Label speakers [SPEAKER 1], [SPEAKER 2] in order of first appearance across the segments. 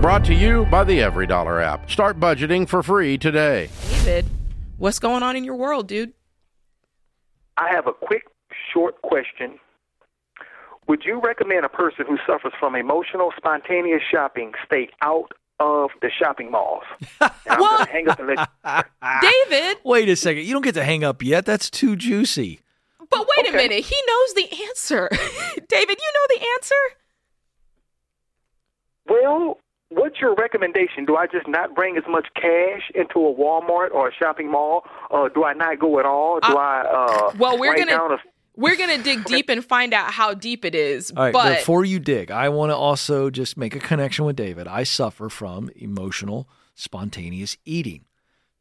[SPEAKER 1] Brought to you by the Every Dollar app. Start budgeting for free today.
[SPEAKER 2] David, what's going on in your world, dude?
[SPEAKER 3] I have a quick, short question. Would you recommend a person who suffers from emotional, spontaneous shopping stay out of the shopping malls? And I'm going to hang up and let you.
[SPEAKER 2] David,
[SPEAKER 4] Wait a second. You don't get to hang up yet. That's too juicy.
[SPEAKER 2] but wait a
[SPEAKER 3] Okay.
[SPEAKER 2] minute. He knows the answer. David, you know the answer?
[SPEAKER 3] Well, what's your recommendation? Do I just not bring as much cash into a Walmart or a shopping mall? Uh, do I not go at all? Do I uh,
[SPEAKER 2] Well, we're
[SPEAKER 3] write
[SPEAKER 2] gonna-
[SPEAKER 3] down a
[SPEAKER 2] We're going to dig deep and find out how deep it is.
[SPEAKER 4] All right.
[SPEAKER 2] but
[SPEAKER 4] Before you dig, I want to also just make a connection with David. I suffer from emotional, spontaneous eating.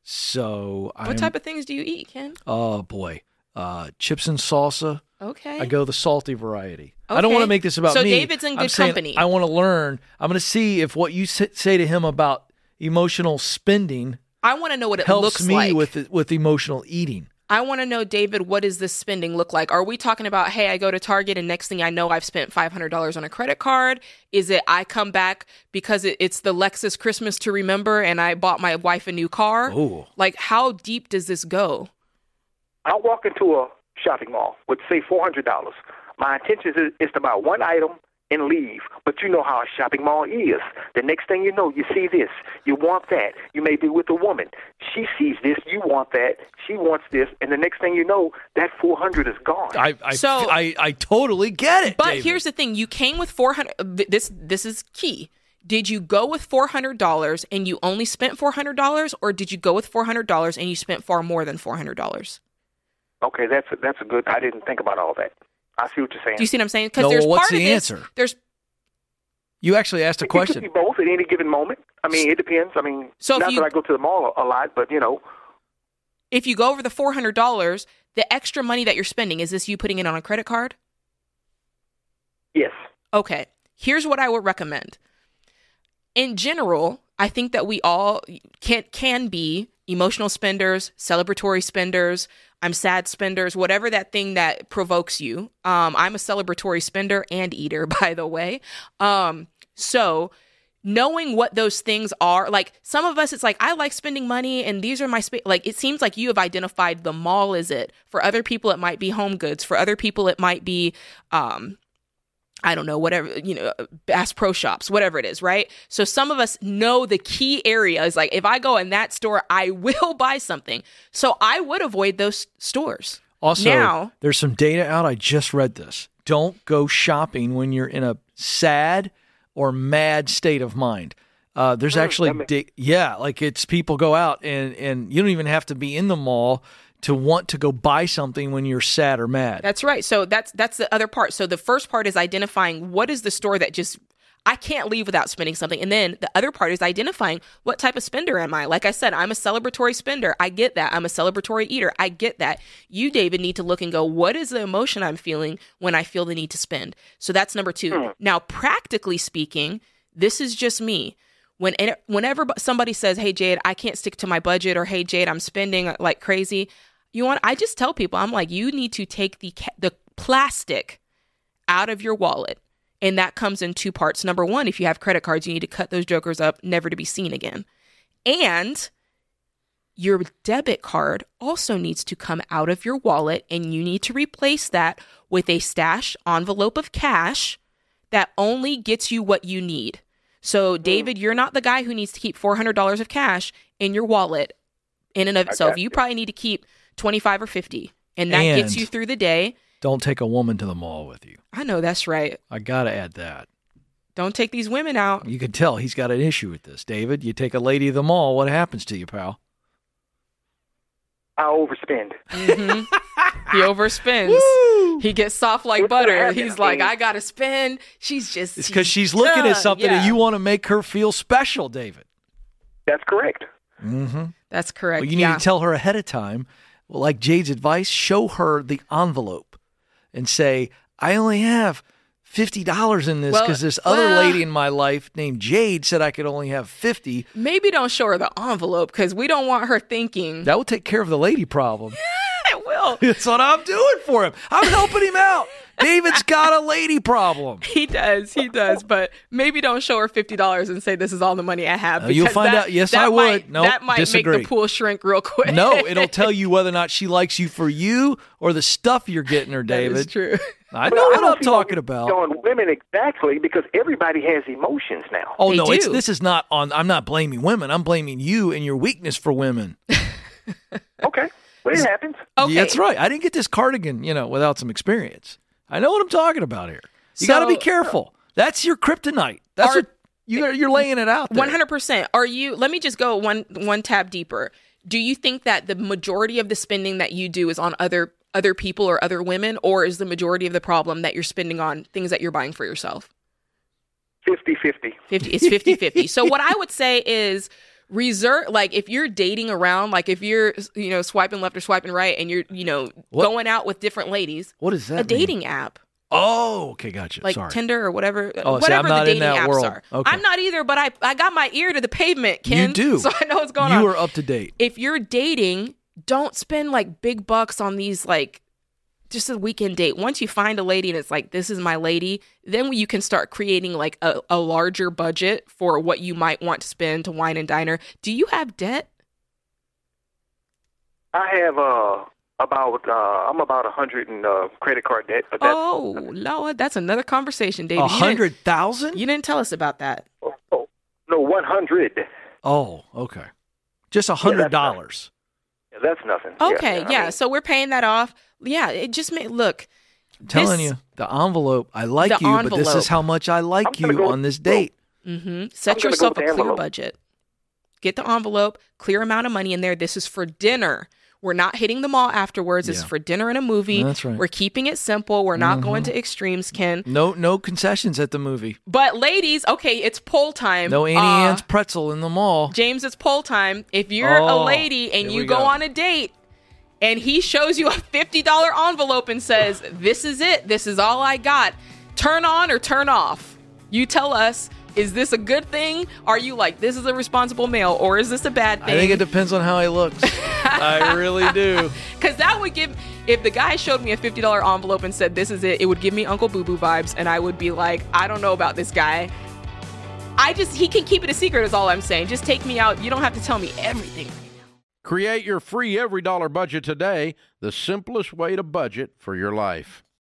[SPEAKER 4] So
[SPEAKER 2] what
[SPEAKER 4] I'm,
[SPEAKER 2] type of things do you eat, Ken?
[SPEAKER 4] Oh boy, uh, chips and salsa.
[SPEAKER 2] Okay.
[SPEAKER 4] I go the salty variety. I don't want to
[SPEAKER 2] Okay.
[SPEAKER 4] make this about
[SPEAKER 2] So
[SPEAKER 4] me.
[SPEAKER 2] David's in
[SPEAKER 4] I'm
[SPEAKER 2] good
[SPEAKER 4] saying
[SPEAKER 2] company.
[SPEAKER 4] I want to learn. I'm going to see if what you s- say to him about emotional spending
[SPEAKER 2] I want to know what it
[SPEAKER 4] helps
[SPEAKER 2] looks
[SPEAKER 4] me
[SPEAKER 2] like.
[SPEAKER 4] with with emotional eating.
[SPEAKER 2] I want to know, David, what does this spending look like? Are we talking about, hey, I go to Target and next thing I know, I've spent $500 on a credit card? Is it I come back because it, it's the Lexus Christmas to remember and I bought my wife a new car?
[SPEAKER 4] Oh,
[SPEAKER 2] Like, how deep does this go?
[SPEAKER 3] I'll walk into a shopping mall with say four hundred dollars. My intention is, is to buy one item and leave. But you know how a shopping mall is. The next thing you know, you see this, you want that. You may be with a woman. She sees this, you want that. She wants this, and the next thing you know, that four hundred is gone.
[SPEAKER 4] I I,
[SPEAKER 2] So-
[SPEAKER 4] I I totally get it.
[SPEAKER 2] But
[SPEAKER 4] David.
[SPEAKER 2] here's the thing you came with 400 th- This This is key. Did you go with $400 and you only spent $400, or did you go with $400 and you spent far more than $400?
[SPEAKER 3] okay, that's a, that's a good. I didn't think about all that. I see what you're saying.
[SPEAKER 2] Do you see what I'm saying? Because
[SPEAKER 4] No,
[SPEAKER 2] there's
[SPEAKER 4] well, what's
[SPEAKER 2] part of
[SPEAKER 4] the
[SPEAKER 2] this-
[SPEAKER 4] answer?
[SPEAKER 2] There's
[SPEAKER 4] you actually asked a
[SPEAKER 3] It
[SPEAKER 4] question.
[SPEAKER 3] could be both at any given moment. I mean, it depends. I mean,
[SPEAKER 2] So if
[SPEAKER 3] not
[SPEAKER 2] you-
[SPEAKER 3] that I go to the mall a, a lot, but you know,
[SPEAKER 2] if you go over the four hundred dollars, the extra money that you're spending is this you putting it on a credit card?
[SPEAKER 3] yes.
[SPEAKER 2] Okay, here's what I would recommend. In general, I think that we all can can be emotional spenders, celebratory spenders. I'm sad spenders, whatever that thing that provokes you. Um, I'm a celebratory spender and eater, by the way. Um, so knowing what those things are like some of us it's like i like spending money and these are my sp-. like it seems like you have identified the mall is it for other people it might be home goods for other people it might be um i don't know whatever you know bass pro shops whatever it is right so some of us know the key area is like if i go in that store i will buy something so i would avoid those stores
[SPEAKER 4] Also,
[SPEAKER 2] now
[SPEAKER 4] there's some data out. I just read this. Don't go shopping when you're in a sad or mad state of mind. Uh, there's actually,
[SPEAKER 3] that ma-
[SPEAKER 4] da- yeah, like it's people go out and and you don't even have to be in the mall to want to go buy something when you're sad or mad.
[SPEAKER 2] That's right. So that's that's the other part. So the first part is identifying what is the store that just I can't leave without spending something. And then the other part is identifying what type of spender am I? Like I said, I'm a celebratory spender. I get that. I'm a celebratory eater. I get that. You, David, need to look and go, what is the emotion I'm feeling when I feel the need to spend? So that's number two. Now, practically speaking, this is just me when whenever somebody says, "Hey Jade, I can't stick to my budget," or "Hey Jade, I'm spending like crazy," you want I just tell people, I'm like, you need to take the ca- the plastic out of your wallet, and that comes in two parts. Number one, if you have credit cards, you need to cut those jokers up, never to be seen again, and your debit card also needs to come out of your wallet and you need to replace that with a stash envelope of cash that only gets you what you need. So, David, you're not the guy who needs to keep $400 of cash in your wallet in and of itself.
[SPEAKER 3] got
[SPEAKER 2] You.
[SPEAKER 3] you.
[SPEAKER 2] probably need to keep 25 or 50, and that gets
[SPEAKER 4] And-
[SPEAKER 2] you through the day.
[SPEAKER 4] Don't take a woman to the mall with you.
[SPEAKER 2] I know that's right.
[SPEAKER 4] I gotta add that.
[SPEAKER 2] Don't take these women out.
[SPEAKER 4] You can tell he's got an issue with this, David. You take a lady to the mall, what happens to you, pal?
[SPEAKER 3] I overspend.
[SPEAKER 2] He overspends. He gets soft like
[SPEAKER 3] Ah. It's gonna
[SPEAKER 2] butter.
[SPEAKER 3] happen.
[SPEAKER 2] He's
[SPEAKER 3] I
[SPEAKER 2] like,
[SPEAKER 3] mean-
[SPEAKER 2] I gotta spend. She's just
[SPEAKER 4] It's because she's looking
[SPEAKER 2] uh,
[SPEAKER 4] at something
[SPEAKER 2] yeah.
[SPEAKER 4] and you want to make her feel special, David.
[SPEAKER 3] That's correct.
[SPEAKER 4] Mm-hmm.
[SPEAKER 2] That's correct.
[SPEAKER 4] Well, you need
[SPEAKER 2] yeah.
[SPEAKER 4] to tell her ahead of time, well, like Jade's advice, show her the envelope and say, I only have $50 in this
[SPEAKER 2] Well,
[SPEAKER 4] because this other
[SPEAKER 2] well-
[SPEAKER 4] lady in my life named Jade said I could only have 50.
[SPEAKER 2] Maybe don't show her the envelope because we don't want her thinking
[SPEAKER 4] That would take care of the lady problem.
[SPEAKER 2] "Hey, will.
[SPEAKER 4] That's what I'm doing for him. I'm helping him out. David's got a lady problem.
[SPEAKER 2] He does, he does, but maybe don't show her fifty dollars and say this is all the money I have.
[SPEAKER 4] Uh, you'll
[SPEAKER 2] because
[SPEAKER 4] find
[SPEAKER 2] that-
[SPEAKER 4] out- yes,
[SPEAKER 2] that
[SPEAKER 4] I would.
[SPEAKER 2] might-
[SPEAKER 4] Nope,
[SPEAKER 2] that might make
[SPEAKER 4] disagree.
[SPEAKER 2] the pool shrink real quick.
[SPEAKER 4] No, it'll tell you whether or not she likes you for you or the stuff you're getting her, David.
[SPEAKER 2] It's true.
[SPEAKER 4] I know what
[SPEAKER 3] don't
[SPEAKER 4] I'm
[SPEAKER 3] see why
[SPEAKER 4] talking
[SPEAKER 3] you're
[SPEAKER 4] about.
[SPEAKER 3] On women exactly because everybody has emotions now.
[SPEAKER 4] Oh
[SPEAKER 2] They
[SPEAKER 4] no, it's
[SPEAKER 2] do.
[SPEAKER 4] this is not on I'm not blaming women. I'm blaming you and your weakness for women.
[SPEAKER 3] Okay, well it happens.
[SPEAKER 2] Okay,
[SPEAKER 4] That's right. I didn't get this cardigan, you know, without some experience. I know what I'm talking about here. You got to be
[SPEAKER 2] So-
[SPEAKER 4] careful. That's your kryptonite. That's
[SPEAKER 2] Are-
[SPEAKER 4] what you you're laying it out there.
[SPEAKER 2] One hundred percent. Are you? Let me just go one one tab deeper. Do you think that the majority of the spending that you do is on other other people or other women, or is the majority of the problem that you're spending on things that you're buying for yourself?
[SPEAKER 3] 50-50.
[SPEAKER 2] 50 it's 50 50 so what i would say is reserve like if you're dating around like if you're you know swiping left or swiping right and you're you know
[SPEAKER 4] What?
[SPEAKER 2] going out with different ladies
[SPEAKER 4] What is that?
[SPEAKER 2] a
[SPEAKER 4] mean?
[SPEAKER 2] dating app
[SPEAKER 4] Oh, okay, gotcha.
[SPEAKER 2] like
[SPEAKER 4] Sorry.
[SPEAKER 2] tinder or whatever
[SPEAKER 4] Oh, see,
[SPEAKER 2] whatever
[SPEAKER 4] I'm not
[SPEAKER 2] the dating
[SPEAKER 4] in that
[SPEAKER 2] apps
[SPEAKER 4] world.
[SPEAKER 2] are
[SPEAKER 4] Okay.
[SPEAKER 2] i'm not either but i i got my ear to the pavement ken
[SPEAKER 4] You do.
[SPEAKER 2] so i know what's going
[SPEAKER 4] you
[SPEAKER 2] on
[SPEAKER 4] are up to date.
[SPEAKER 2] if you're dating don't spend like big bucks on these like just a weekend date once you find a lady and it's like this is my lady then you can start creating like a, a larger budget for what you might want to spend to wine and diner do you have debt
[SPEAKER 3] I have uh about uh I'm about a hundred in uh, credit card debt. But that's,
[SPEAKER 2] oh lord that's another conversation david
[SPEAKER 4] A
[SPEAKER 2] You didn't-
[SPEAKER 4] hundred
[SPEAKER 2] you,
[SPEAKER 4] thousand?
[SPEAKER 2] didn't tell us about that
[SPEAKER 3] oh, oh, no, one hundred.
[SPEAKER 4] Oh, okay. Just a hundred dollars.
[SPEAKER 3] Yeah, that's nothing.
[SPEAKER 2] okay yeah,
[SPEAKER 3] I mean,
[SPEAKER 2] so we're paying that off yeah it just made look
[SPEAKER 4] I'm telling
[SPEAKER 2] This-
[SPEAKER 4] you, the envelope. I like
[SPEAKER 2] The
[SPEAKER 4] you, but this
[SPEAKER 2] envelope.
[SPEAKER 4] is how much I
[SPEAKER 3] I'm
[SPEAKER 4] like
[SPEAKER 3] gonna
[SPEAKER 4] you
[SPEAKER 3] go-
[SPEAKER 4] on this date.
[SPEAKER 2] Mm-hmm.
[SPEAKER 3] I'm
[SPEAKER 2] Set
[SPEAKER 3] gonna go
[SPEAKER 2] yourself
[SPEAKER 3] with
[SPEAKER 2] a
[SPEAKER 3] the
[SPEAKER 2] clear
[SPEAKER 3] envelope.
[SPEAKER 2] budget. Get the envelope, clear amount of money in there. This is for dinner. We're not hitting the mall afterwards. It's
[SPEAKER 4] Yeah.
[SPEAKER 2] for dinner and a movie.
[SPEAKER 4] That's right. Mm-hmm.
[SPEAKER 2] We're keeping it simple. We're not going to extremes, Ken.
[SPEAKER 4] No, no concessions at the movie.
[SPEAKER 2] But ladies, okay, it's poll time.
[SPEAKER 4] No Annie
[SPEAKER 2] Uh,
[SPEAKER 4] Ann's pretzel in the mall.
[SPEAKER 2] James, it's poll time. If you're a
[SPEAKER 4] Oh,
[SPEAKER 2] lady and
[SPEAKER 4] here
[SPEAKER 2] you
[SPEAKER 4] we
[SPEAKER 2] go.
[SPEAKER 4] go.
[SPEAKER 2] on a date and he shows you a $50 envelope and says, This is it, this is all I got, turn on or turn off. You tell us, is this a good thing? Are you like, this is a responsible male or is this a bad
[SPEAKER 4] I think it
[SPEAKER 2] thing?
[SPEAKER 4] depends on how he looks. I really do.
[SPEAKER 2] Because that would give, if the guy showed me a $50 envelope and said, This is it, it would give me Uncle Boo Boo vibes and I would be like, I don't know about this guy. I just, he can keep it a secret, is all I'm saying. Just take me out. You don't have to tell me everything.
[SPEAKER 1] Create your free every dollar budget today, the simplest way to budget for your life.